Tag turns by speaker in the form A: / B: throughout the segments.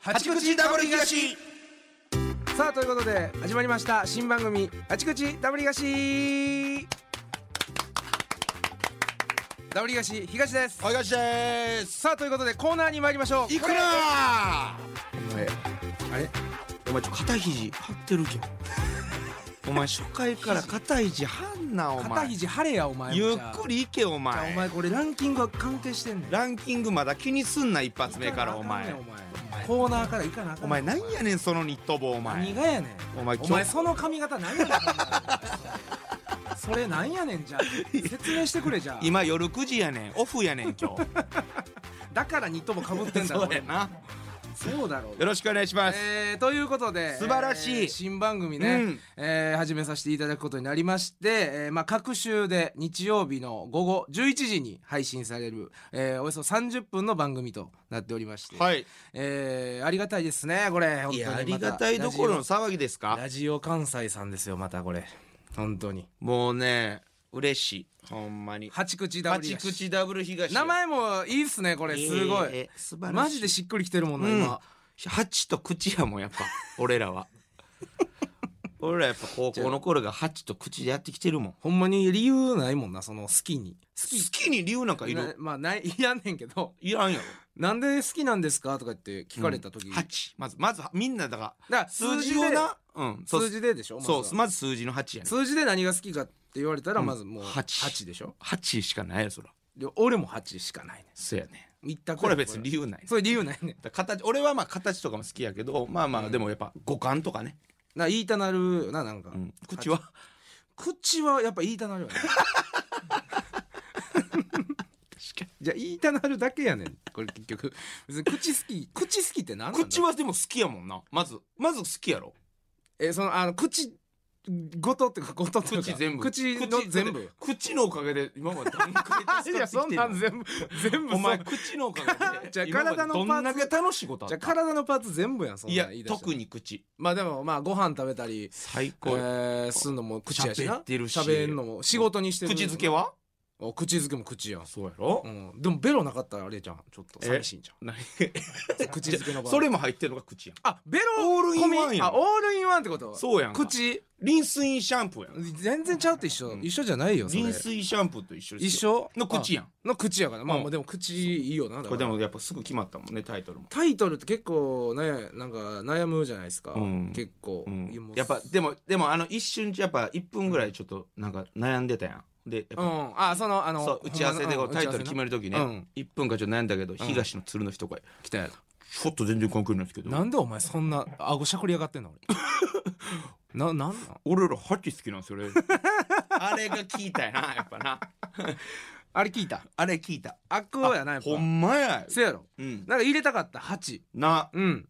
A: 八口ダブル東
B: さあということで始まりました新番組「あちくちダブリガシ」ダブリガシ東です
A: お願いしです
B: さあということでコーナーに参りましょう
A: いくら
B: お前あれ
A: お前ちょ肩肘張ってるけどお前初回から肩肘張んなお前
B: 肩肘張れやお前
A: ゆっく
B: り
A: りいけお
B: お
A: 前
B: 前これランキングは関係してんねん
A: ランキングまだ気にすんな一発目からお
B: いかな
A: 前
B: あかんねんお前コーナーからいかなあかん
A: お前なんやねんそのニット帽お
B: 何が
A: 前
B: やねん
A: お前
B: お前その髪型何やねんお前それなんやね んじゃあ説明してくれじゃあ
A: 今夜9時やねんオフやねん 今日
B: だからニットもかぶってんだろ
A: そうやな
B: そうだろう
A: よろしくお願いします
B: えーということで
A: 素晴らしい
B: えー新番組ね、
A: うん
B: えー始めさせていただくことになりまして、えーまあ、各週で日曜日の午後11時に配信される、えーおよそ30分の番組となっておりまして、
A: はい
B: えーありがたいですねこれ本当
A: い
B: に
A: や
B: また
A: ありがたいどころの騒ぎです
B: ラジオ
A: か
B: ラジオ関西さんですよまたこれ本当に
A: もうね嬉しいほんまに
B: 八口ダブル
A: 八
B: やし
A: 口ダブル東
B: 名前もいいっすねこれすごい、
A: えー素晴らしい
B: マジでしっくりきてるもんな、
A: うん
B: 今、
A: 八と口やもんやっぱ俺らは 俺らやっぱ高校の頃が八と口でやってきてるもん好
B: ほんまに理由ないもんなその好きに
A: きに理由なんかい
B: な
A: る
B: まあないいらんねんけど
A: いらんやろ
B: なんで好きなんですかとか言って聞かれた時、だか
A: 八まずまずみんなだから
B: ら
A: 数
B: 数字
A: 字
B: で
A: をなうんそう
B: 数字ででしょ
A: そう
B: まずは
A: まず数字の八やね
B: 数字で何が好きかって言われたらまずもう
A: うん八
B: 8でしょ、
A: 八しかないやそら
B: で俺も8しかないね
A: そうやね
B: ん一択や
A: これは別に理由ないね
B: そういう理由ないねんだか
A: だから形俺はまあ形とかも好きやけどまあまあでもやっぱ五感とかね、
B: ら言いたなるよななんか、
A: うん口は
B: 口はやっぱ言いたなるよね じゃあ言いたなるだけやねんこれ結局別に口好き口好きって何なんだろう
A: 口はでも好きやもんなまずまず好きやろ
B: えそのあの口ごとっていうかごとっていうか
A: 口全部
B: 口の全部
A: 口のおかげで今までどんくらい 助
B: い
A: か
B: や
A: ってき
B: そ
A: て
B: ん
A: ん
B: な
A: の
B: ん全部全部
A: お前
B: そう
A: 口のおかげ
B: じゃ
A: で
B: あ
A: 今まで
B: 体のパーツ
A: どんだけ楽しいことあ
B: じゃ
A: っ
B: あ
A: た
B: 体のパーツ全部やんそん
A: い
B: な
A: や
B: ん言い出したら
A: 特に口
B: まあでもまあご飯食べたり
A: 最
B: え
A: 高、
B: ーすんのも口やしな
A: 喋ってるし
B: 喋んのも仕事にしてる
A: 口づけは
B: お口づけも口やん、
A: そうやろ、
B: うん、でもベロなかったらあれじゃんちょっと
A: え
B: 寂しいんじ
A: 何
B: ゃん口づけの場合
A: それも入ってるのが口やん
B: あベロ
A: オールインワンやん
B: あオールインワンってこと
A: そうやんか
B: 口
A: リンスインシャンプーやん
B: 全然ちゃうって一緒、一緒じゃないよそれ
A: リンスインシャンプーと一緒です
B: 一
A: よ
B: 緒
A: の口やん
B: あの口やからまあ
A: うん
B: まあでも口いいよなだから
A: これでもやっぱすぐ決まったもんねタイトルも、
B: タイトルって結構ねなんか悩むじゃないですか、
A: うん
B: 結構、
A: うん
B: いもう
A: やっぱでもでもあの一瞬やっぱ1分ぐらいちょっとなんか悩んでたやんでやっぱ
B: うんあそのあの
A: そう打ち合わせでこうタイトル決め
B: る
A: る時ね、
B: うん
A: 1分間ちょっと悩んだけど、東の鶴の人が
B: 来たや
A: ちょっと全然関係ないですけど
B: なんでお前そんな顎しゃくり上がってんの俺ななんなん
A: 俺らハチ好きなんですよね あれが聞いたやなやっぱな
B: あれ聞いた
A: あれ聞いた
B: あっこうやなやっぱ
A: ほんまや
B: せやろ
A: うん
B: なんか入れたかった8
A: な
B: うん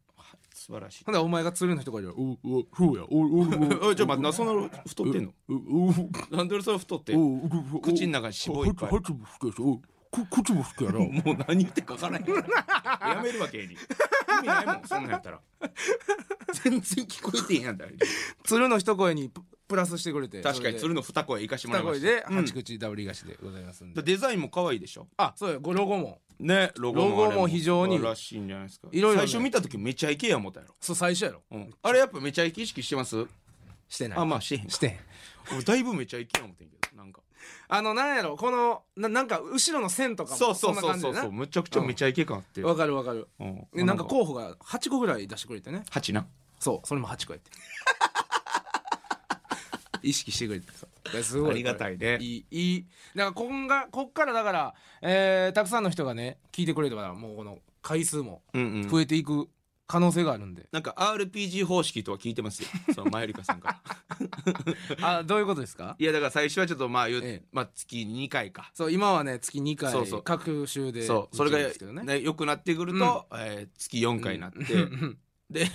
A: 素晴らしい
B: ほんでお前が釣るの人が言うおおそうやおおお
A: おいちょっと待ってなそんな太ってんの
B: おおお
A: なんでそれ太ってんの
B: お
A: 口の中に絞いっぱい
B: 口も好きやしおく口も好きやな
A: もう何言ってか分からへんから やめるわけに意味ないもんそんなんやったら全然聞こえてへんやんだ
B: 釣るの一声にププラスしてくれて
A: 確かに
B: それ
A: 鶴の二声生かしても
B: で
A: ら
B: 二
A: いま
B: 声
A: し
B: で
A: たうん
B: 八口ダブリガシでございますんで、
A: デザインも可愛いでしょ
B: あそうよごロゴも
A: ねロ
B: ゴもあれも素晴ら
A: らしいんじゃないですか
B: 最
A: 最
B: 初
A: 初
B: 見
A: 見た時めちゃイケや思ったやろ
B: そう最初やろ
A: うんあれやっぱめちゃイケ意識してます
B: してない
A: あまあしてへん
B: してん
A: 俺だいぶめちゃイケや思ってんけどなんか
B: あのなんやろこのななんか後ろの線とかも
A: そうそうそ
B: ん
A: う
B: な
A: そ
B: 感
A: う
B: じ
A: そ
B: で
A: うむちゃくちゃめちゃイケ感あって
B: なわかるわかるでなんか
A: う
B: 候補が8個ぐらい出してくれてね
A: 八な
B: そうそれも8個やって 意識して くれてそういやすごい
A: ありがたいね
B: これいいいいだからこんがこっからだから、えー、たくさんの人がね聞いてくれればもうこの回数も
A: うんうん
B: 増えていく可能性があるん で、
A: なんか RPG 方式とは聞いてますよそのマユリカさんから
B: あどういうことですか
A: いやだから最初はちょっとまあ言う、
B: ええ
A: まあ月2回か
B: そう今はね月2回
A: そうそう
B: 各週で
A: そうそれが
B: ですけどね
A: ね良くなってくると、えー月4回になって、 で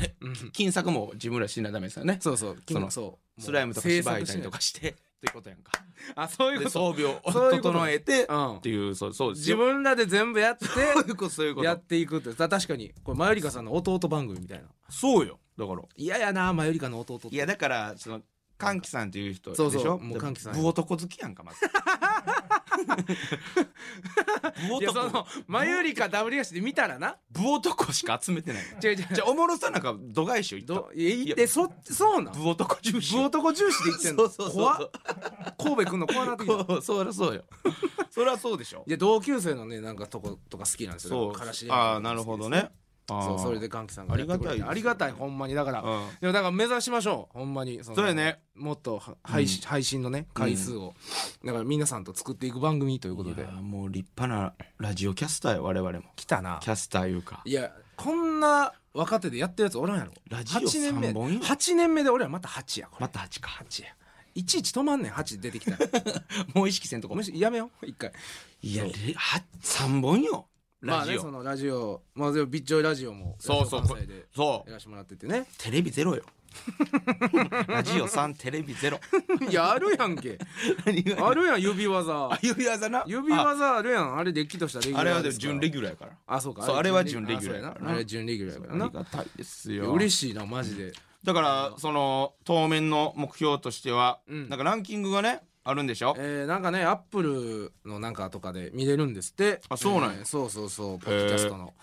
A: 金策も自分らしなダメですよね
B: そうそう
A: その
B: そうもう
A: スライムとか芝居たりとかしてっていうことやんか
B: あそういう
A: で
B: こと
A: 装備を
B: そういうこと
A: 整えて
B: うん
A: っていうそうそうです
B: 自
A: よ
B: 分らで全部やって
A: そういうことそういうこ
B: や
A: と
B: っていくってた確かにこれマユリカさんの弟番組みたいな
A: そうよだから
B: 嫌やなマユリカの弟って
A: いやだからその歓喜さんっていう人でし
B: そ
A: ょ
B: うそうもう歓喜さん
A: ぶ男好きやんかまずブ
B: いやその
A: 男
B: マユリカダブリガシで見たらな
A: ブ男しか集めてない
B: 違う違う
A: じゃあおもろさなんか度外視を言った
B: どえ言ってそそうなん
A: ブ男重視
B: ブ男重視で言ってん
A: そ
B: の
A: うそうそう
B: 怖っ神戸くんの怖なってきた
A: こうそりゃそうよそりゃそうでしょ
B: いや同級生のねなんかとことか好きなんです
A: そ
B: よ
A: う
B: からし
A: ああなるほどね
B: そ
A: あ
B: う
A: ー
B: それでガンキさんがやってくれて
A: ありがたいで
B: ありが
A: すね
B: たいほんまにだから
A: うん
B: でもだから目指しましょうほんまにその
A: そうやね
B: もっとは配信,、配信のね回数を、だから皆さんと作っていく番組ということ
A: い
B: で
A: やーもう立派なラジオキャスターよ我々も
B: 来たな
A: キャスターいうか
B: いやこんな若手でやってるやつおらんやろ
A: ラジオ
B: 8年目
A: 三本よ
B: 8年目で俺らまた8やこれ
A: また8か8や
B: いちいち止まんねん8出てき たら
A: もう意識せんとこ
B: むしやめよう一回
A: いや3本よ
B: ま
A: ラ
B: あね
A: ジ
B: そ
A: オ
B: のラジオまあでもビッチョイラジオも
A: そうそう
B: ラジオ関西で
A: そ
B: や
A: う
B: らせてもらっててね
A: テレビゼロよラジオ3テレビゼロ
B: いやあるやんけ
A: 何 が
B: あるやん指技
A: あ指技な
B: 指技あるやんあれできとしたレギュ
A: あ
B: ラー
A: あれは
B: で
A: でも
B: すから
A: 準レギュラーやから
B: あそうか
A: そうあれは準レギュラー
B: あ
A: や
B: そうや
A: から
B: な
A: な
B: あれ準レギュラーやから
A: あ
B: な
A: りがたいです
B: い
A: よ
B: や嬉しいなマジで
A: だからその当面の目標としては、
B: ん
A: なんかランキングがねあるんでしょ、
B: えー、なんかねアップルのなんかとかで見れるんですって
A: あそうなんや
B: えーそうそうそうポッドキャストの、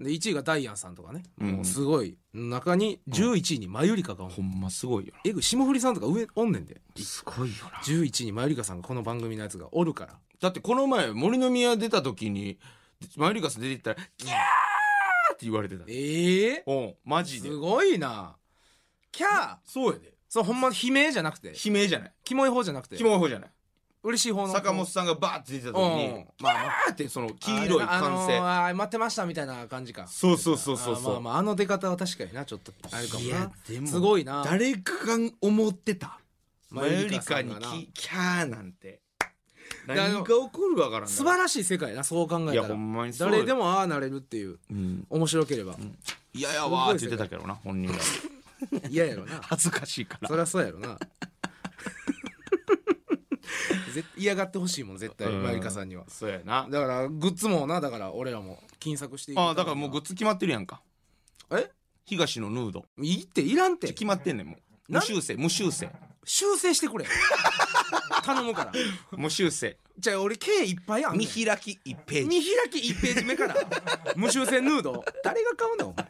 B: で1位がダイアンさんとかね、
A: うん
B: もうすごい中に11位にマユリカがおん、
A: ほんますごいよ
B: えぐい霜降りさんとか上おんねんです
A: ごいよな
B: 11位にマユリカさんがこの番組のやつがおるから
A: だってこの前森の宮出た時にマユリカさん出てったら「キャー!」って言われてた
B: ええ
A: おんマジです
B: ごいなキャー
A: そうやで
B: そうほんま悲鳴じゃなくて
A: 悲鳴じゃない
B: キモい方じゃなくて
A: キモい方じゃない
B: 嬉しい方の
A: 坂本さんがバーって出てた時に
B: うん
A: 「まあまあ」ってその黄色い歓声、
B: あのーあー待ってましたみたいな感じか
A: そうそうそうそう
B: あ
A: そ
B: ー
A: う、
B: まあまああの出方は確かになちょっとあれかも
A: いやで
B: な
A: も
B: すごいな
A: 誰かが思ってた
B: マ
A: マ
B: ユ
A: ユ
B: リ
A: リ
B: カ
A: カ
B: さん
A: に
B: がな
A: キキャーなんて
B: やあ
A: 何
B: の
A: が起こるわからんない
B: 素晴らしい世界やなそう考
A: い
B: えた
A: やほ
B: ら
A: んまにそう
B: 誰でもああなれるっていう
A: うん
B: 面白ければ
A: いややわーって言ってたけどな本人は
B: 嫌やろな
A: 恥ずかしいから
B: そりゃそうやろな 絶嫌がってほしいもん絶対
A: うん
B: マユリカさんには
A: そうやな
B: だからグッズもなだから俺らも金策していく
A: あだからもうグッズ決まってるやんか
B: え
A: 東のヌード
B: いいっていらんて
A: 決まってんねんもう
B: な
A: 無修正無修正
B: 修正してくれ 頼むから
A: 無修正
B: じゃあ俺計いっぱいあんねん
A: 見開き一ページ
B: 見開き1ページ目から無修正ヌード誰が買うねんお前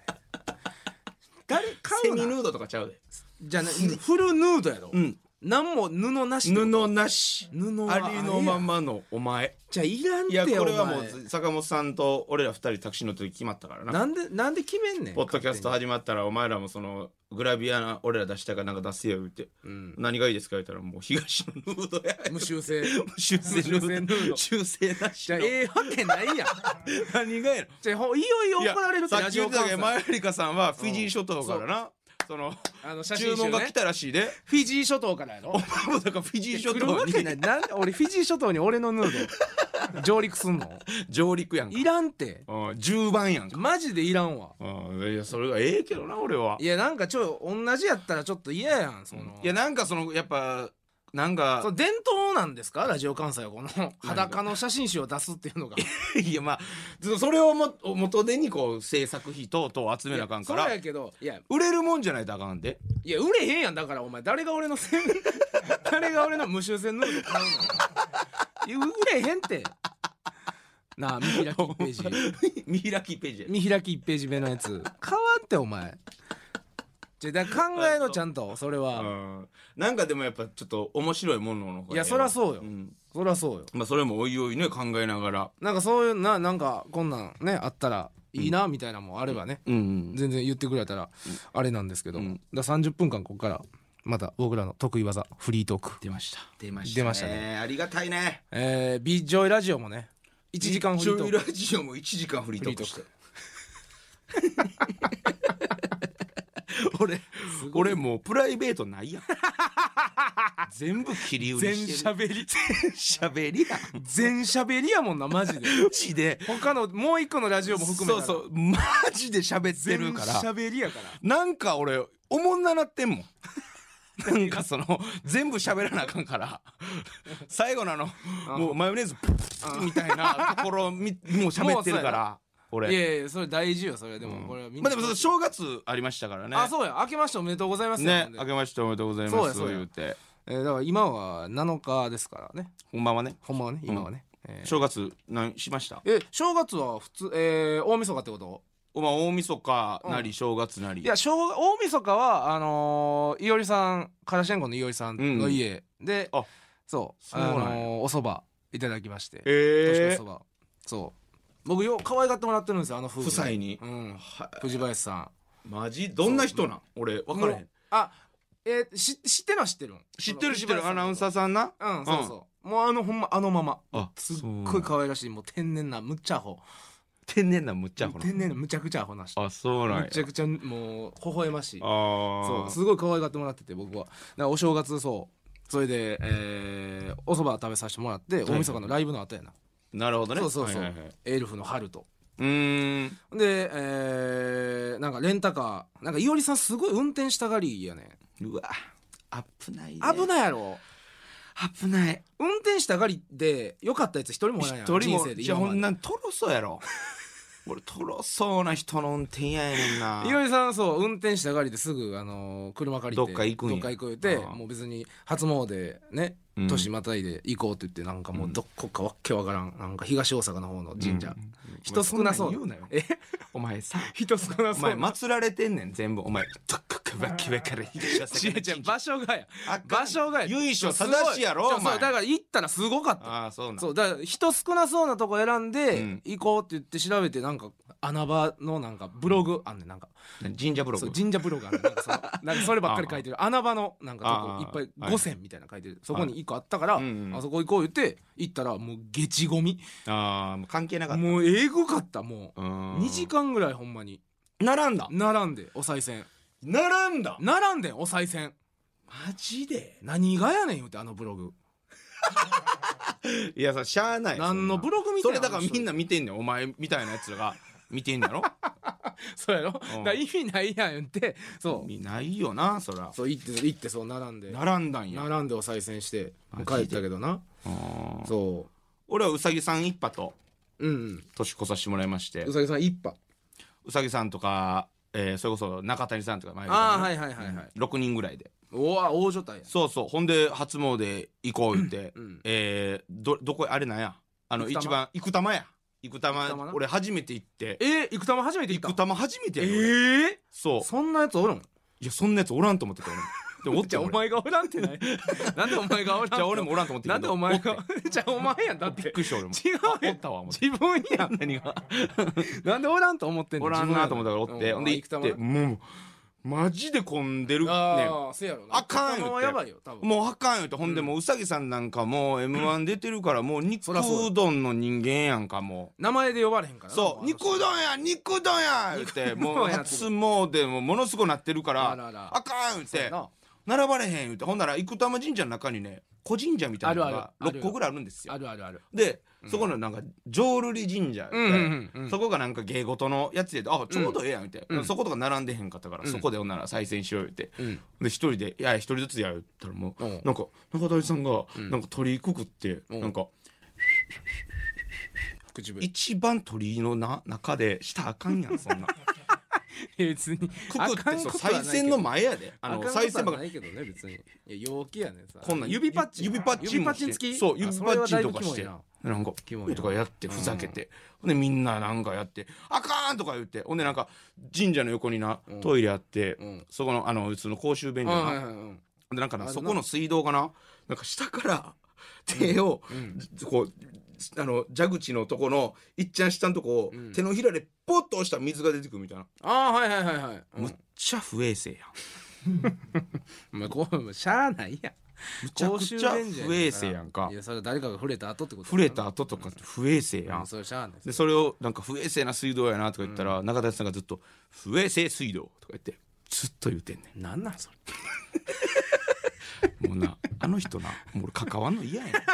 B: 誰買
A: セ
B: う
A: ミ
B: ね
A: ヌードとかちゃうで
B: じゃあねフルヌードやろ、
A: うん
B: なんも布なしってこと
A: 布なし
B: 布は
A: ありのままのお前
B: じゃあいらん
A: い
B: て
A: や
B: よ
A: これは
B: お前
A: もう坂本さんと俺ら二人タクシー乗った時決まったからな
B: なんでなんで決めんねん
A: ポッドキャスト
B: 勝
A: 始まったらお前らもそのグラビアな俺ら出したいからなんか出せよ言って
B: 手にうん
A: 何がいいですか言ったらもう東のヌードや
B: 無修 正
A: 修
B: 修
A: 正
B: 正ヌード
A: 修正なし
B: じゃあええわけないやん
A: 何がやろ
B: じゃあほいよいよ怒られる
A: さっき言ってたけどマ
B: 前
A: ユリカさんはフィジー諸島からなその
B: あの写真集、
A: 注
B: ね、
A: 文が来たらしいで
B: フィジー諸島からやろ
A: お前もだからフィジー諸
B: 来るわ
A: 島
B: け
A: に
B: ないなん俺フィジー諸島に俺のヌード上陸すんの
A: 上陸やんか
B: いらんて
A: うん10番やんか
B: マジでいらんわ
A: うんいやそれがええけどな俺はい
B: やなんかちょ同じやったらちょっと嫌やんその
A: いやなんかそのやっぱなん
B: そ
A: か
B: の伝統なんですかラジオ関西はこの裸の写真集を出すっていうのが
A: いやまあそそれをも元手にこう制作費等々集めなあかんか
B: そう
A: ら
B: やけどいや
A: 売れるもんじゃないとあかんで
B: いや売れへんやんだからお前誰が俺のせん 誰が俺の無修正ヌード買うのいや売れへんってなあ見開き1ページ
A: 見開きページや
B: 見開き1ページ目のやつ買わんってお前じゃだから考えろちゃんとそれは、
A: うんなんかでもやっぱちょっと面白いものの方がええわ
B: いやそらそうよ
A: ん
B: そりゃそうよ
A: まあそれもおいおいね考えながら
B: なんかそういうななんかこんなんねあったらいいなみたいなのもあればね、
A: うん
B: 全然言ってくれたらあれなんですけど、
A: うん
B: だから30分間ここからまた僕らの得意技フリートーク、
A: 出ました出ま
B: 出ました
A: ねありがたいね
B: えー、ビジョイラジオもね1時間フリート
A: ちょい
B: ーク
A: ラジオも1時間フリートークして
B: フ
A: 俺俺もうプライベートないやん全部切り売りしてる
B: べり
A: しゃべりやん
B: 全しゃべりやもんなマジで
A: マジで
B: 他のもう一個のラジオも含
A: そ
B: め
A: う
B: たら
A: そうマジで喋ってる
B: 全
A: か
B: しゃ
A: ら
B: べりやから
A: なんか俺おもんななっ てんもんなんかその全部喋らなあかんから最後のあのもうマヨネーズプッみたいなところ みもう喋ってるから俺
B: いやいやそれ大事よそれでも、これはみん
A: ま
B: な
A: あでもその正月ありましたからね。
B: あそうや明けましておめでとうございますよ
A: ね
B: ほん、で
A: 明けましておめでとうござい
B: そう
A: ま
B: や
A: す。
B: そうや
A: 言うて、
B: えーだから今は7日ですからね
A: 本番はね。
B: ほんまはね今はね、えー
A: 正月何しました
B: え正月は普通、えー、大晦日ってこと
A: おまあ大晦日なり正月なり、
B: いや正月大晦日はあのーいおりさんカラシェンコのいおりさんの家で、
A: あ
B: そう
A: そうなんや
B: あのーおそばいただきまして、
A: え
B: 年越しそばそう僕よう可愛がってもらってるんですよあの夫婦
A: 夫妻に
B: うん
A: は
B: 藤林さん
A: マジどんな人なん俺分からへ
B: も
A: ん
B: うあえー、し知ってるのは知ってる
A: 知ってる知ってるアナウンサ
B: ー
A: ーさんな
B: うんそうそう、もうあのほんまあのまま
A: あ
B: すっ
A: そうなん
B: ごい可愛らしいもう天然なむっちゃアホ
A: 天然なむっちゃほら
B: 天然なむちゃくちゃアホな人
A: あそうなんや
B: むちゃくちゃもう微笑ましい
A: あー
B: そうすごい可愛がってもらってて僕はだからお正月そうそれで、えー、おそば食べさせてもらって
A: い
B: 大晦日のライブの後やな、
A: なるほどね
B: そうそうそう、
A: はいはいはいう
B: エルフの春と
A: ーん
B: で、えー、なんかレンタカーなんかいおりさんすごい運転したがりやね
A: うわ危ないね
B: 危ないやろ
A: 危ない
B: 運転したがりで良かったやつ一人もおらんやん
A: 一人
B: 人
A: も
B: 生で
A: じゃ
B: 今
A: あほ
B: ま
A: ん
B: で
A: なんとろそうやろ俺とろそうな人の運転嫌やねんない
B: おりさんそう運転したがりですぐ、あのー車借りて
A: どっか行くんや
B: どっか行くって
A: ああ
B: もう別に初詣ね
A: うん
B: 年またいで行こうって言ってなんかもうどっこかわっけわからんなんか東大阪の方の神社、
A: うん
B: 人少なそう
A: お前んん言うなよ
B: え
A: お前さ
B: 人少な
A: お
B: そう
A: 前祀られてんねん全部お前どっかかばきばから東
B: 違う
A: 大阪
B: 違
A: の
B: う
A: 神社
B: 場所がや
A: あかん
B: 場所がや
A: 由緒正しいやろ
B: すごい
A: お前
B: そうだから行ったらすごかった
A: ああそうなん
B: そうだから人少なそうなとこ選んで、
A: うん
B: 行こうって言って調べてなんか穴場のなんかブログあんねんなんか
A: 神社ブロ
B: そ
A: グ
B: う神社ブログあんねんなんかそのなんかそればっかり書いてる穴場のなんか
A: あ
B: と
A: ー
B: こいっぱ
A: はい
B: い5選みたいなの書いてるそこに1個あったから、
A: うんうん
B: あそこ行こう言って行ったらもうゲチゴミ
A: ああもう関係なかった
B: もうえぐかったも
A: う
B: う
A: ーん
B: 2時間ぐらいほんまに
A: 並んだ
B: 並んでお賽銭
A: 並んだ
B: 並んでんお賽銭
A: マジで
B: 何がやねん言うてあのブログ
A: いやさしゃあない
B: 何のブログみた
A: そ
B: いな
A: れだからみんな見てんねんお前みたいなやつらが見てんやろ
B: そうやろ、だから意味ないやん言ってそう
A: 見ないよなそら
B: そう行って行ってそう並んで
A: 並んだんや
B: 並んでお賽銭して
A: マジ
B: 帰
A: で
B: ったけどな
A: あー
B: そ
A: 俺はうさぎさん一派と
B: ううん
A: 年越させてもらいまして
B: うさぎさん一派
A: うさぎさんとか、えーそれこそ中谷さんとか前
B: あーはいはいはいはい
A: 6人ぐらいで
B: おわ大所帯や
A: そうそうほんで初詣行こう言って、
B: うんうん
A: えーどどこあれなんやあの
B: 生
A: 一
B: 玉
A: 番生玉や生
B: 生玉
A: 玉
B: な
A: 俺初めて行って
B: えー、行く玉初めて行った
A: 生玉初めて
B: え
A: やで俺
B: ー、
A: そう
B: そんなやつおるん
A: いやそんなやつおらんと思ってた俺でもおっ
B: じ
A: て
B: ゃあお
A: 俺じ
B: 前がおらんってない なんでお前がおらん
A: ゃあ俺もおらんと思って
B: な
A: た
B: ん
A: け
B: で
A: ど
B: お前
A: おっ
B: がじゃあお前やんだってて
A: びっくりした俺も
B: 違う
A: あ
B: や
A: お
B: ん
A: ったわ思って
B: 自分やん
A: 何が
B: なんでおらんと思ってんの
A: おらんなと思ったからおって、ほんで行って
B: ね
A: もうマジで混んでるねん
B: ああせやろな
A: あかん言うて
B: 生はやばいよ多分
A: もうあかんよってほんでもううさぎさんなんかもう m 1出てるからもう肉
B: そらそうよ
A: うどんの人間やんかも
B: 名前で呼ばれへんから
A: う
B: な
A: そう
B: もあの
A: 肉
B: 人
A: うどんや肉うどんや言って
B: 肉うどん
A: もう
B: や
A: 初詣もものすごなってるか
B: あら
A: ら
B: あら
A: あかん言っ
B: そうや
A: て
B: な
A: 並ばれへん言ってほんなら生玉神社の中にね小神社みたいなのが
B: あるある
A: 6個ぐらいあるんですよ
B: あるあるある
A: でそこのなんか浄瑠璃神社で、
B: うんうんうんうん
A: そこがなんか芸事のやつであちょうどええやんみたいな、
B: うん
A: そことか並んでへんかったから、
B: ん
A: そこでほんなら再選しよう言って、
B: うん
A: で一人で「いや一人ずつやる」って言ったらもう、
B: うん
A: なんか中谷さんがなんか鳥くくって、
B: うん
A: なんか
B: 口笛
A: 一番鳥のな中でしたらあか んやんそんな
B: 別に
A: くくってそう再選の前やであの再
B: 再
A: 選
B: 生
A: ば
B: ばか
A: っか
B: ないけどね別にいや陽気やねんさ
A: こんなん
B: 指パッチン
A: 指パッチン
B: 指パッチン
A: もして
B: 付き
A: そう指パッチンと
B: あそれはだいぶ
A: かし
B: キモい
A: て
B: な
A: なんか
B: キモいな
A: とかやってふざけて、ほんでみんななんかやって「あかん!」とか言ってほんでなんか神社の横にな、
B: うん
A: トイレあって、
B: うん
A: そこのあのうちの公衆便所
B: うん
A: な、
B: はいはいうん
A: でなんか
B: あ
A: な
B: るな
A: そこの水道かななんか下から手を、
B: うん
A: こうあの蛇口のとこのいっちゃん下のとこを、
B: うん
A: 手のひらでポッと押したら水が出てくるみたいな、
B: ああはいはいはいはいうん
A: むっちゃ不衛生やん
B: お前こうしゃあないやん
A: むちゃくち
B: 公衆
A: ゃ
B: 便所やねんから
A: 不衛生やんか
B: いやそれは誰かが触れた後ってこと
A: 触れた後とかって不衛生や
B: うんんそれしゃあない
A: でそれをなんか不衛生な水道やなとか言ったら、中田さんがずっと「不衛生水道」とか言ってずっと言うてんね
B: なんなんそれ
A: んもうなあの人なもう俺関わんの嫌やね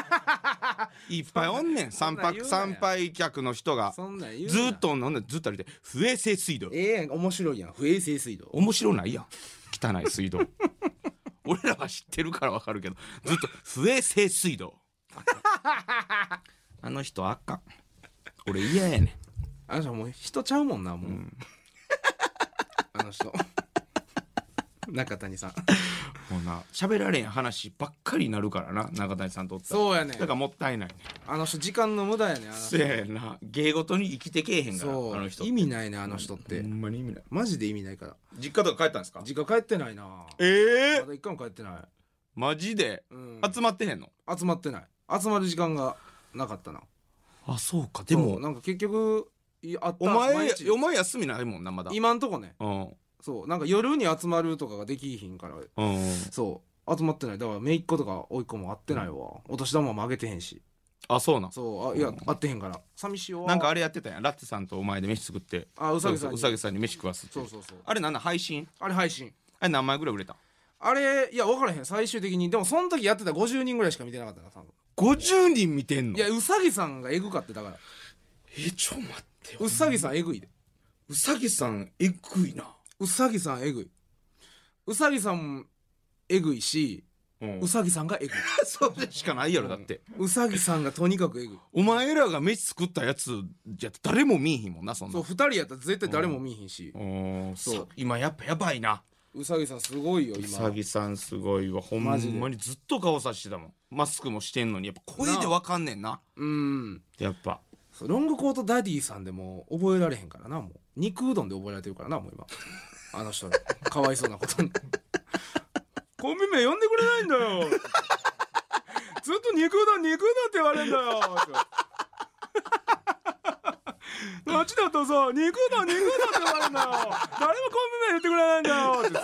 A: んいっぱいおんねん
B: そん
A: 参
B: なん言
A: 拝
B: うなや
A: 参拝客の人が
B: そんなん言うな
A: ずっとなんでずっと歩いて「不衛生水道」
B: ええやん面白いやん不衛生水道
A: 面白ないやん汚 い水道俺らは知ってるからわかるけどずっと不衛生水 道あの人あかん俺嫌やねん
B: あの人もう人ちゃうもんなもう、 あの人中谷さん
A: もうな喋られん話ばっかりになるからな中谷さんとおったら
B: そうやねん
A: だからもったいないね
B: あの人時間の無駄やねんあの人
A: せやな芸事に生きてけえへんから
B: そ
A: あの人
B: う意味ないねあの人って、
A: ほんまに意味ない
B: マジで意味ないから
A: 実家とか帰ったんですか
B: 実家帰ってないな
A: え
B: ま
A: え
B: だ一回も帰ってない、
A: マジで
B: うん、
A: 集まってへんの
B: 集まってない集まる時間がなかったな
A: あそうか
B: そうなんか結局いあった
A: お前
B: 毎
A: や
B: 日
A: お前休みないもんなまだ
B: 今んとこね
A: うん
B: そうなんか夜に集まるとかができひんから
A: うん
B: そう集まってないだから姪っ子とか甥っ子も会ってないわ、お年玉もあげてへんし
A: あそうなん
B: そうあいや、
A: うん
B: 会ってへんから寂しいわ
A: なんかあれやってたやんラッテさんとお前で飯作って
B: あうさぎさんに
A: うさぎさんに飯食わすって
B: そうそうそう
A: あれなんなん配信
B: あれ配信
A: あれ何枚ぐらい売れた
B: あれいや分からへん最終的にでもその時やってた50人ぐらいしか見てなかったな多分
A: 50人見てんの
B: いやうさぎさんがえぐかってだから
A: えちょ待って
B: うさぎさんえぐいで
A: うさぎさんえぐいな
B: うさぎさんえぐいうさぎさんえぐいし
A: うん
B: うさぎさんがえぐい
A: それしかないやろだって
B: うさぎさんがとにかくえぐい
A: お前らが飯作ったやつじゃ誰も見えへんもんなそんな
B: そう2人やったら絶対誰も見えへんし
A: おー
B: そう
A: さ今やっぱやばいな
B: うさぎさんすごいよ
A: う
B: 今
A: さぎさんすごいわほんま
B: マジで
A: にずっと顔さしてたもんマスクもしてんのにやっぱ声でわかんねんな
B: うん
A: やっぱ
B: そうロングコートダディさんでもう覚えられへんからなもう肉うどんで覚えられてるからなもう 今あの人らかわいそうなことにコンビ名呼んでくれないんだよずっと肉うどん肉うどんって言われんだよあっちだとさ肉うどん肉うどんって言われんだよ誰もコンビ名言ってくれないんだよってさ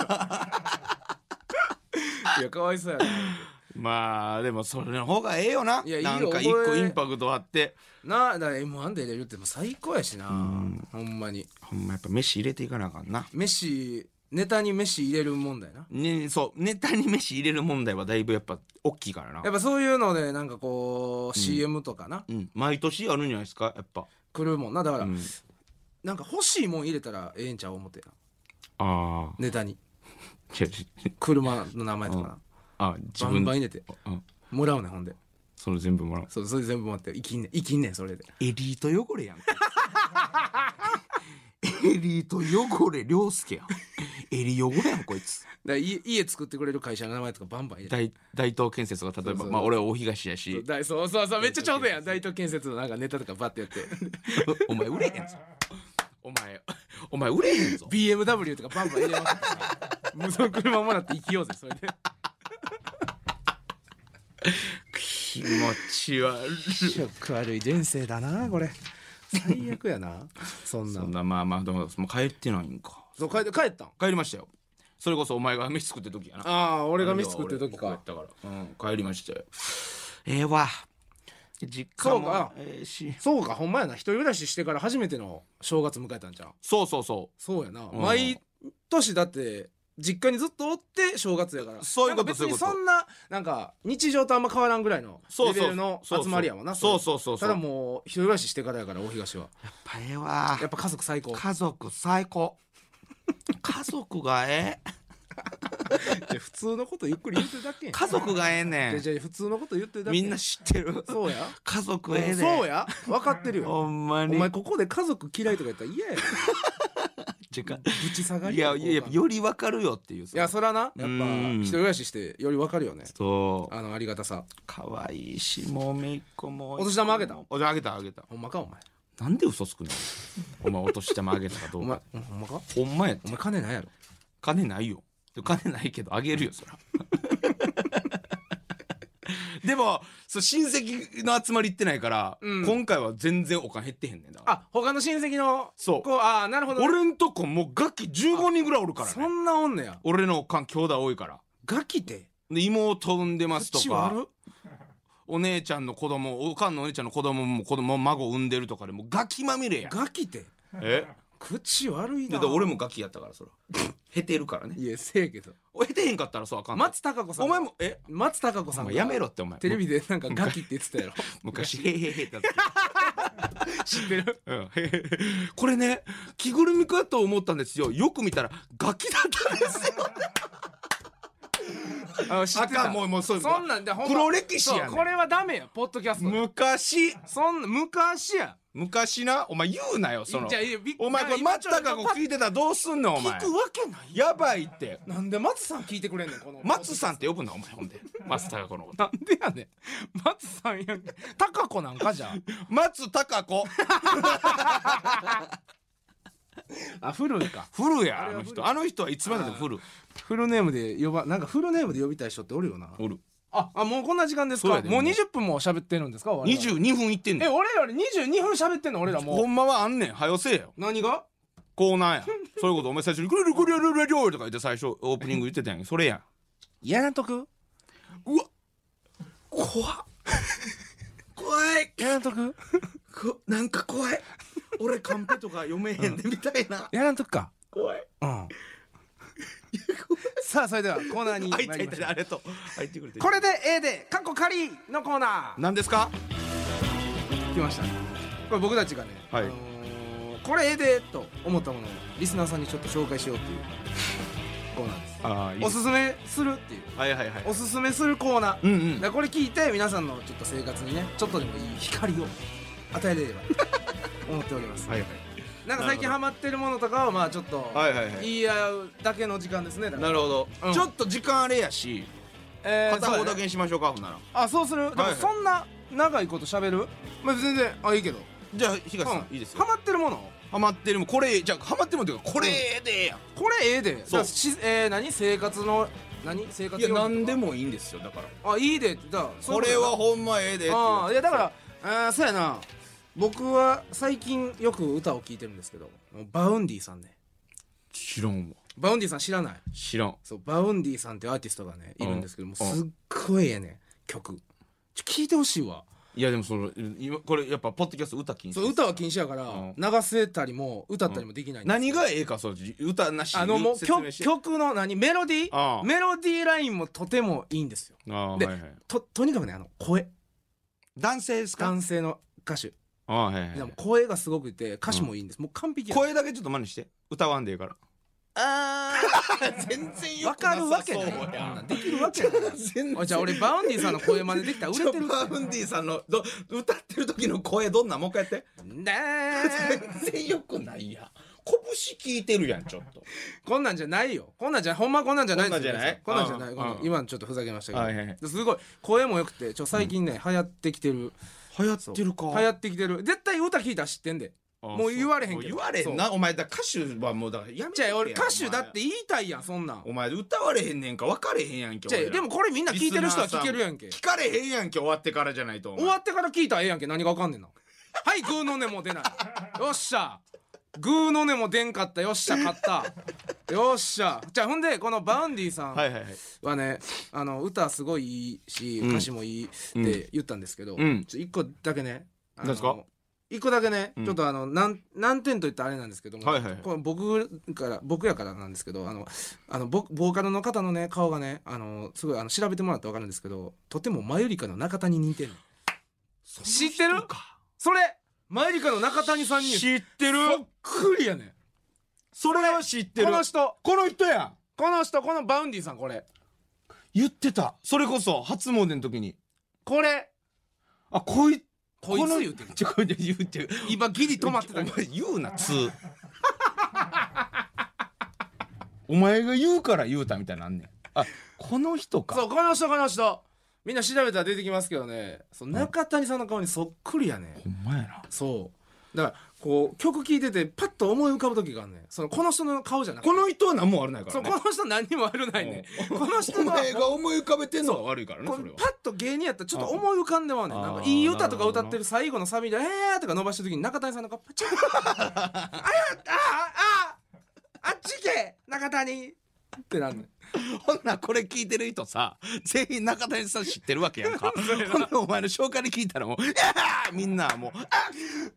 B: いやかわいそうやな
A: まあでもそれの方がええよない
B: やいいよ
A: なんか一
B: 覚
A: 個
B: え
A: インパクトあって
B: なあだから m 1で入れるってもう最高やしなほんまに
A: ほんまやっぱ飯入れていかなあかんな
B: 飯ネタに飯入れる問題な
A: ねそうネタに飯入れる問題はだいぶやっぱ大きいからな
B: やっぱそういうのでなんかこう CM とかな、
A: うん、毎年あるんじゃないですかやっぱ、
B: 来るもんなだから、
A: うん、
B: なんか欲しいもん入れたらええんちゃう思ってな
A: あ
B: ネタに
A: あ違う違う
B: 車の名前とかな、
A: あ自
B: バン
A: 分
B: バン入れて
A: うん、
B: もらうねんほんで
A: それ全部もらう
B: そうそれ全部持って生きんねん生きんねんそれで
A: エリート汚れやんかエリート汚れ涼介やんエリ汚れやんこいつ
B: で家家作ってくれる会社の名前とかバンバン入れて
A: 大大東建設が例え
B: そう
A: ば
B: そう
A: まあ俺は大東やし
B: 大そうそうそうめっちゃちょうどやん大東建設のなんかネタとかバッてやって
A: お前売れへんぞお前お前売れへんぞ
B: BMW とかバンバン入れます 無双車もらって生きようぜそれで
A: 気持ち悪い
B: 食悪い人生だなこれ最悪や なそんな
A: そん
B: ん
A: なまあまあでももう帰ってないんか
B: そう帰って帰ったん
A: 帰りましたよそれこそお前が飯作ってる時やな
B: ああ俺が飯作ってる時か
A: 俺僕がやったから、うん、帰りましたよええわ実家
B: そう
A: も
B: か
A: ええし
B: そうかほんまやな一人暮らししてから初めての正月迎えたんじゃん
A: そうそうそ
B: そうやな、
A: ん
B: 毎年だって実家にずっとおって正月やから
A: そういうこと
B: なんか別に
A: そういうこと
B: そんななんか日常とあんま変わらんぐらいの
A: うそ
B: レ
A: うそう
B: ベルの集まりやもんな
A: そう
B: う
A: そうそうそ
B: た
A: う
B: だもう一人暮らししてからやから大東 は
A: やっぱええわ
B: やっぱ家族最高
A: 家族最高 家族がえ え
B: いや普通のことゆっくり言ってるだけやん
A: 家族がええね
B: いや
A: ん
B: いや普通のこと言ってるだけ
A: み
B: や
A: んな知ってる
B: そうや
A: 家族ええねん
B: そうや分かってるよ
A: ほんま
B: お
A: に
B: 前ここで家族嫌いとか言ったら嫌やよ
A: 時間
B: ぶち下が
A: い
B: り
A: やいややっぱよりわかるよっていうい
B: いやそらなやっぱ
A: うん
B: 一人暮らししてより分かるよね
A: そう
B: あのありがたさ
A: 可愛いしもうめいっ子も
B: お年玉あげた
A: お年玉あげたあげた
B: ほんまかお前
A: なんで嘘つくのお前お年玉あげたかど
B: お
A: う
B: 前
A: か
B: ほんまか
A: ほんまやって
B: お前金ないやろ
A: 金ないよ金ないけどあげるよそら でもそう親戚の集まり行ってないから、
B: うん
A: 今回は全然お金減ってへんねんだから
B: あ他の親戚の
A: そう
B: こうああなるほどね
A: 俺んとこもうガキ15人ぐらいおるから
B: そ
A: ね
B: んなおんねや
A: 俺のおかん兄弟多いから
B: ガキで
A: で妹産んでますと
B: 口
A: か
B: 悪っ
A: お姉ちゃんの子供おかんのお姉ちゃんの子供も子供孫産んでるとかでもうガキまみれや
B: ガキで
A: え
B: 口悪い
A: で
B: な
A: で俺もガキやったからそ ら減ってるからね
B: いやせえけど
A: 減ってへんかったらそうあかん
B: 松たか子さん
A: お前もえ
B: 松たか子さ
A: お
B: んが
A: 前やめろってお前
B: テレビでなんかガキって言ってたやろ
A: 昔へへへだって
B: 知ってる
A: うん へへへこれね着ぐるみかと思ったんですよよく見たらガキだったんですよ
B: あ知って
A: あか
B: た
A: んもうもうそう
B: そんなんでほんま
A: 黒歴史やねん
B: そうこれはダメやポッドキャストで
A: 昔
B: そんな昔や
A: 昔なお前言うなよその
B: じゃあいやび
A: お前これ
B: 今
A: 松
B: ちょっと
A: たか子聞いてたらどうすんのお前
B: 聞くわけないや
A: やばいって
B: なんで松さん聞いてくれんねんこの
A: 松さんって呼ぶなお前ほんで松たか子のこと
B: なんでやねん松さんやんタカ子なんかじゃ
A: 松たか子
B: あフルか
A: フルやあ
B: あれ
A: の
B: はフル
A: 人あの人はいつまででもフル
B: フルネームで呼ばなんかフルネームで呼びたい人っておるよな
A: おる
B: ああもうこんな時間です
A: そう
B: か
A: やで
B: もう
A: もう
B: 20分も喋ってるんですか我々
A: 22分いってんね
B: え
A: ん
B: 俺らより22分喋ってんの俺らも
A: ほ
B: うん
A: まはあんねんはよせえよ
B: 何が
A: コーナーやそういうことお前最初に「くるるくるるるるる」とか言って最初オープニング言ってたやんそれやん
B: 嫌なとく
A: うわ怖っ怖い
B: 嫌なとく
A: こなんか怖い俺カンペとか読めへんでみたいな
B: 嫌なとくか
A: 怖い
B: うんさあそれではコーナーに
A: あ
B: 参り
A: い
B: ま
A: た
B: しょ
A: いうたいたあれと入ってくれて
B: これで A でカッコ仮のコーナー
A: 何ですか
B: 来ましたねこれ僕たちがね、
A: はい
B: あのーこれ A でと思ったものをリスナーさんにちょっと紹介しようっていうコーナーです
A: ああい
B: おすすめするっていう
A: はいはいはい
B: おすすめするコーナー、
A: うん
B: だ
A: うん
B: からこれ聞いて皆さんのちょっと生活にねちょっとでもいい光を与えれればと思っております、
A: はい
B: なんか最近ハマってるものとかをまあちょっと
A: はいはいはい
B: 言い合うだけの時間ですねだから
A: なるほど、
B: うん
A: ちょっと時間あれやし
B: えー
A: 片
B: そ
A: 方
B: うや
A: だ
B: ね
A: けにしましょうかほんなら
B: あそうするでも
A: はいはい
B: そんな長いこと喋るまあ全然あいいけど
A: じゃあ東さん、
B: うん
A: いいです
B: ハ
A: よ
B: マってるもの
A: ハマってるもんこれじゃあハマってるもんっていうかこれでええやん
B: これええでだから
A: そう
B: しえー何生活の何生活
A: いや
B: 用品とか
A: 何でもいいんですよだから
B: あいいでってだからそうい
A: こ
B: うと
A: れ
B: だ
A: はほんまええでっていう
B: ああいやだからあーそうやな僕は最近よく歌を聴いてるんですけどバウンディさんね
A: 知らんわ
B: バウンディさん知らない
A: 知らん
B: そうバウンディさんっていうアーティストがねいるんですけどもうす
A: うん
B: っごいええね曲ちょ聴いてほしいわ
A: いやでもその今これやっぱポッドキャスト歌禁止
B: そう歌は禁止やから
A: うん
B: 流せたりも歌ったりもできないんです
A: 何がええかそう歌なし
B: あのもう
A: 説明
B: 曲
A: して
B: 曲の何メロディ
A: あ
B: ー
A: あ
B: メロディーラインもとてもいいんですよ
A: ああ
B: で
A: はいはい
B: ととにかくねあの声
A: 男性ですか
B: 男性の歌手
A: ああはいはい
B: でも声がすごくて歌詞もいいんです、もう完璧や
A: 声だけちょっと真似して歌わんでええから
B: あー
A: 全然
B: わかるわけない。できるわけない。
A: 全
B: おいじゃあ俺バウンディさんの声真似で きたら売れてるって。
A: バウンディさんのど歌ってる時の声どんなんもう一回やって
B: ねえ
A: 全然よくないや拳聞いてるやんちょっと
B: こんなんじゃないよ。こんなんじゃほんまこんなんじゃないですよこ
A: こ
B: ん
A: ん
B: なじ
A: なんんじ
B: ゃ
A: ゃ
B: な
A: な
B: い。
A: いうん
B: こんなん
A: うん
B: 今ちょっとふざけました
A: はい
B: け
A: はい
B: ど。すごい声も良くてちょ最近ね流行ってきてる。
A: 流行っ
B: そう流行ってきてる。絶対歌聞いたら知ってんで。もう言われへんけど
A: 言われへんなお前だから歌手はもうだからやめ
B: じゃあ俺
A: や
B: 歌手だって言いたいやんそんなん。
A: お前歌われへんねんか分かれへんやんけ
B: じゃあ
A: 俺ら
B: でもこれみんな聞いてる人は聞けるやんけ
A: リ。スナーさん聞かれへんやんけ終わってからじゃないとお前
B: 終わってから聞いたらええやんけ何がわかんねんなはいグーの音も出ないよっしゃグーの音も出んかったよっしゃ勝ったよっしゃじゃあほんでこのバウンディさん
A: はいはいはい
B: はね、あの歌すごいいいし
A: うん
B: 歌詞もいいって言ったんですけど、
A: うん
B: ちょ一個だけねあの
A: 何ですか
B: 一個だけね、
A: うん
B: ちょっとあのなん難点といったらあれなんですけども、
A: はいはいはい
B: これ僕から僕やからなんですけどあのあのボボーカルの方のね顔がねあのすごいあの調べてもらったら分かるんですけどとてもマユリカの中田に似てる知ってるそれマユリカの中谷さんに
A: 知ってる
B: そっくりやねん
A: それは知ってる
B: この人
A: この人やん
B: この人このバウンディさんこれ
A: 言ってたそれこそ初詣の時に
B: これ
A: あこい
B: こいつ
A: の
B: 言うてる
A: ちょこいつ言うてる
B: 今ギリ止まってた
A: お
B: けど
A: 前言うなつ お前が言うから言うたみたいになんねんあこの人か
B: そうこの人この人みんな調べたら出てきますけどねそう中谷さんの顔にそっくりやねん
A: ほんまやな
B: そうだからこう曲聴いててパッと思い浮かぶ時があんねんそのこの人の顔じゃなくて
A: この人は何も悪ないか
B: そ
A: ら
B: う
A: ね
B: この人何にも悪ないねんこの人
A: お
B: の
A: 前が思い浮かべてんのが悪いからね
B: こ
A: そうれは
B: パッと芸人やったらちょっと思い浮かんでまうねん
A: あー
B: なんかいい歌とか
A: なるほど
B: 歌
A: な
B: ってる最後のサビで「えー」とか伸ばした時に中谷さんの顔パチッあれああああっち行け中谷ってなんねん
A: ほんならこれ聞いてる人さ全員中谷さん知ってるわけやんかほんならお前の紹介に聞いたらもう「いやーみんなも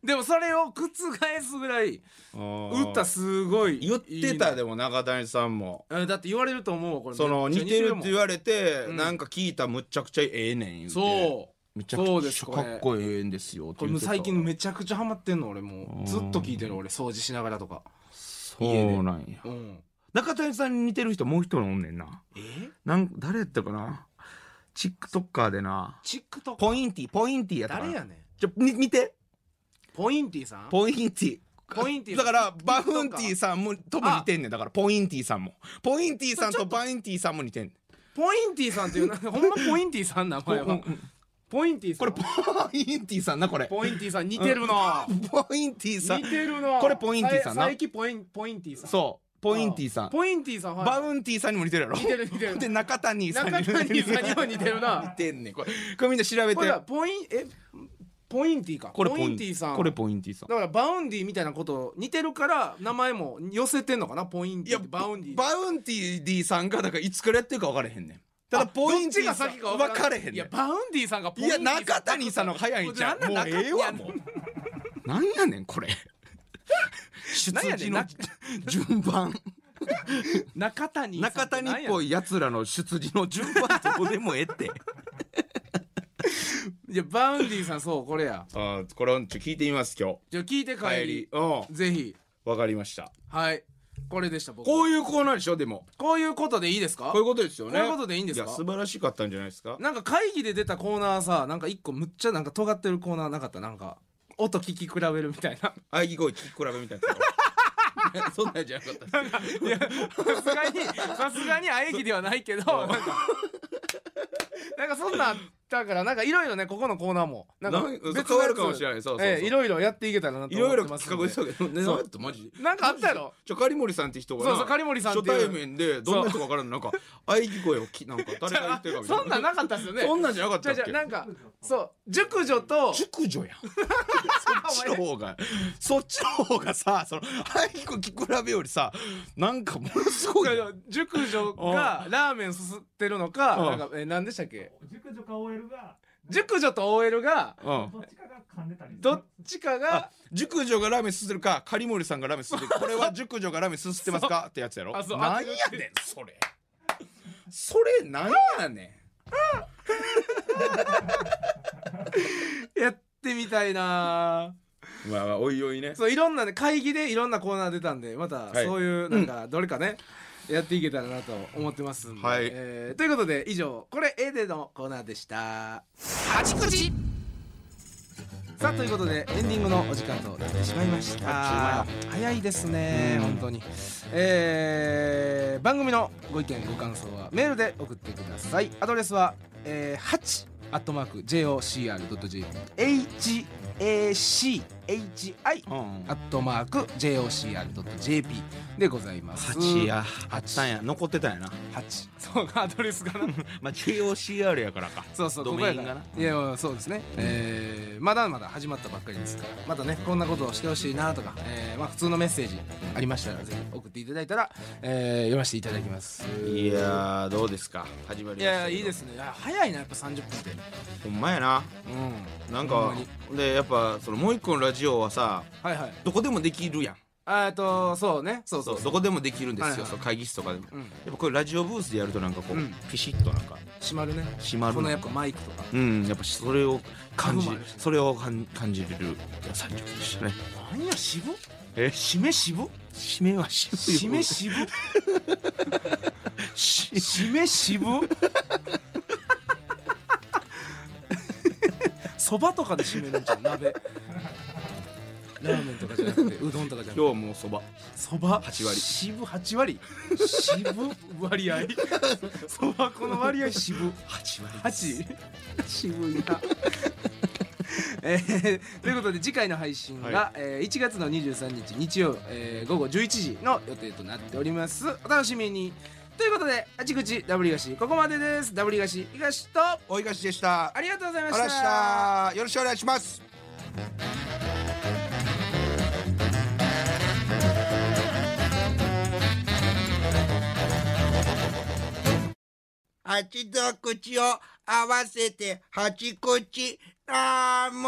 A: う
B: でもそれを覆すぐらい
A: あ
B: 歌すごい
A: 言ってた
B: も
A: でも中谷さんも
B: だって言われると思うわこれ
A: その
B: めちゃ
A: 似てるって
B: も
A: 言われて、
B: うん
A: なんか聞いたむっちゃくちゃええねん言うて
B: そう
A: めちゃくちゃ
B: そうですこれ
A: かっこええんですよって
B: こ
A: 言
B: れ
A: う
B: も
A: て
B: う
A: た
B: 最近めちゃくちゃハマってんの俺も
A: う
B: うんずっと聞いてる俺掃除しながらとか
A: そうなんや
B: うん
A: 中谷さんに似てる人もう一人おんねんな
B: え
A: なん誰やったかなチックトッカーでな
B: TikTok
A: ポインティポインティやったかな
B: 誰やねん
A: ちょみ見て
B: ポインティさん
A: ポインティ
B: ポインティ
A: だからバフン
B: TikToker
A: ティさんもとも似てんねんだからポインティさんもポインティさんとバインティさんも似てんねん
B: ポインティさんっていうなほんまポインティさん名前は
A: うんうん
B: ポインティさ
A: こ
B: ん
A: れポインティさんなこれ
B: ポインティさん似てるな
A: ポインティさん
B: 似てるな
A: これポインティさん
B: さ
A: な
B: い最近ポインポインティさん
A: そうポインティさん
B: ポインティさんはい
A: バウンティさんにも似てるやろ
B: 似てる似てる
A: で中谷さんに
B: 中谷さんにも似てるな
A: 似てんねんこれこれみんな調べ
B: これ
A: て
B: はポインえポインティか
A: これ
B: ポインティさん
A: これポインティさん
B: だからバウンディみたいなこと似てるから名前も寄せてんのかなポイン
A: い
B: ティ
A: や
B: ってバウンディ
A: バウンティディさんがだからいつからやってるか分からへんねんただ
B: あ
A: ポインティ
B: どっちが
A: さん
B: 先か分
A: 分
B: か
A: かられ
B: ん
A: へん
B: い
A: ね
B: や
A: ん
B: バウンディさんがポイ
A: い
B: ンティ
A: や
B: さん
A: 中谷さんの早いんちゃう
B: もう
A: もうええわも
B: う
A: うなんやねんこれ出
B: なんやね
A: 自
B: ん
A: の
B: な
A: 順番
B: 中谷さん
A: 中谷っぽ
B: い
A: いやつらの出自の順番どこでもええって
B: いやバウンディさんそうこれや
A: あこれちょ聞いてみます今
B: じゃあ聞いて帰
A: 日帰り
B: り
A: うん
B: ぜひ
A: 分かりました
B: はいこれでした僕
A: こ
B: こう
A: ういうコーナーでしょでも
B: いうことでいいですか
A: こういうことですよね
B: こういうことでいいんですか
A: や素晴らしかったんじゃないですか
B: なんか会議で出たコーナーさなんか一個むっちゃなんか尖ってるコーナーなかったなんか音聞き比べるみたいな
A: あいぎ声聞き比べみたいな そんなんじゃなかったで
B: さ
A: す
B: すがにさすがにあえぎではないけどなんかなんかそんなんあったからなんかいろいろねここのコーナーもなんか
A: なん変わるかもしれ
B: い
A: ないそうそうそう
B: ええいろいろやっていけたらなと
A: い
B: 思って
A: ろいろ
B: ます
A: 企画し
B: ろ
A: たけどね
B: そう
A: なんてマジ
B: なんかあったやろ
A: ちょ狩森さんって人がな
B: そうそう狩森さんっていう
A: 初対面でどんな人か分からんのなんか喘ぎ声をきなんか誰が言ってるかみたいな
B: そんなんなかったっすよね
A: そんなんじゃなかっ
B: じ
A: た
B: ゃ
A: っ
B: じ
A: け
B: ゃなんかそう熟女と
A: 熟女やんそっちの方がそっちの方がさその喘ぎ声聞き比べよりさなんかものすごい
B: いやいや熟女がラーメンすすってるのか
A: う
B: なんんかえ何でしたっけ
C: 熟女か OL が
B: 熟女と OL が
A: うん
C: どっちかが噛んでたり
B: どっちかが
A: 熟女がラーメンすするか狩森さんがラーメンすするこれは熟女がラーメンすすってますかってやつやろ
B: あそう
A: なんやねんそれそれなんやね
B: やってみたいなぁ
A: んまあまあおいおいね
B: そういろんなね会議でいろんなコーナー出たんでまた
A: はい
B: そういうなんかどれかね、やっていけたらなと思ってますんで、
A: はい
B: えーということで以上これ A でのコーナーでした
A: あちこち
B: さあということでエンディングのお時間となってしまいまし
A: あ
B: た
A: っ
B: 早いですね
A: うん
B: 本当に、えー番組のご意見ご感想はメールで送ってくださいアドレスは、えー、8アットマーク JOCR.JP HACHI
A: うん
B: アットマーク JOCR.JP でございます
A: 八やあったんや残ってたんやな
B: 8そうアドレス がな
A: まあ JOCR やからか
B: そうそう
A: ド
B: ここ
A: メイ
B: や
A: ン
B: か
A: が
B: ら
A: ない
B: やまあそうですね、えーまだまだ始まったばっかりですからまたねこんなことをしてほしいなとか、えーまあ、普通のメッセージありましたらぜひ送っていただいたら、えー読ませていただきます
A: いやーどうですか始まり
B: い
A: ましたけど
B: やいいですねいや早いなやっぱ30分って
A: ほんまやな
B: うん
A: なん
B: ほ
A: か
B: んまに
A: でやっぱそのもう一個のラジオはさ
B: はいはい
A: どこでもできるやん
B: あえっとそうねそうそ
A: そうう
B: そう
A: どこでもできるんですよ、
B: はいはい
A: そう会議室とかでも、
B: うん
A: やっぱこれラジオブースでやるとなんかこう、
B: うん
A: ピシッとなんか
B: 閉まるね
A: 閉まる
B: このやっぱマイクとか
A: うんやっぱそれを感じ
B: 家具もあるし
A: それを感感じれる30分でしたね
B: 何や渋っ
A: え締め渋締めは渋い
B: 締め 渋っ
A: し
B: 締め 渋っそばとかで締めるんじゃん 鍋ラーメンとかじゃなくてうどんとかじゃなく
A: 今
B: て
A: 日もうそば
B: そば
A: 8割
B: 渋8割渋割合 そばこの割合渋
A: 8割
B: 八渋いな。 えーということで次回の配信が、
A: は
B: えー1月の23日日曜、えー午後11時の予定となっておりますお楽しみにということであちこちダブリガシここまでですダブリガシ東と
A: おいがしでしたあ
B: ありがとうございま
A: り
B: し
A: がとうございましたたよろしくお願いします
D: 八度口を合わせて八口ラーメン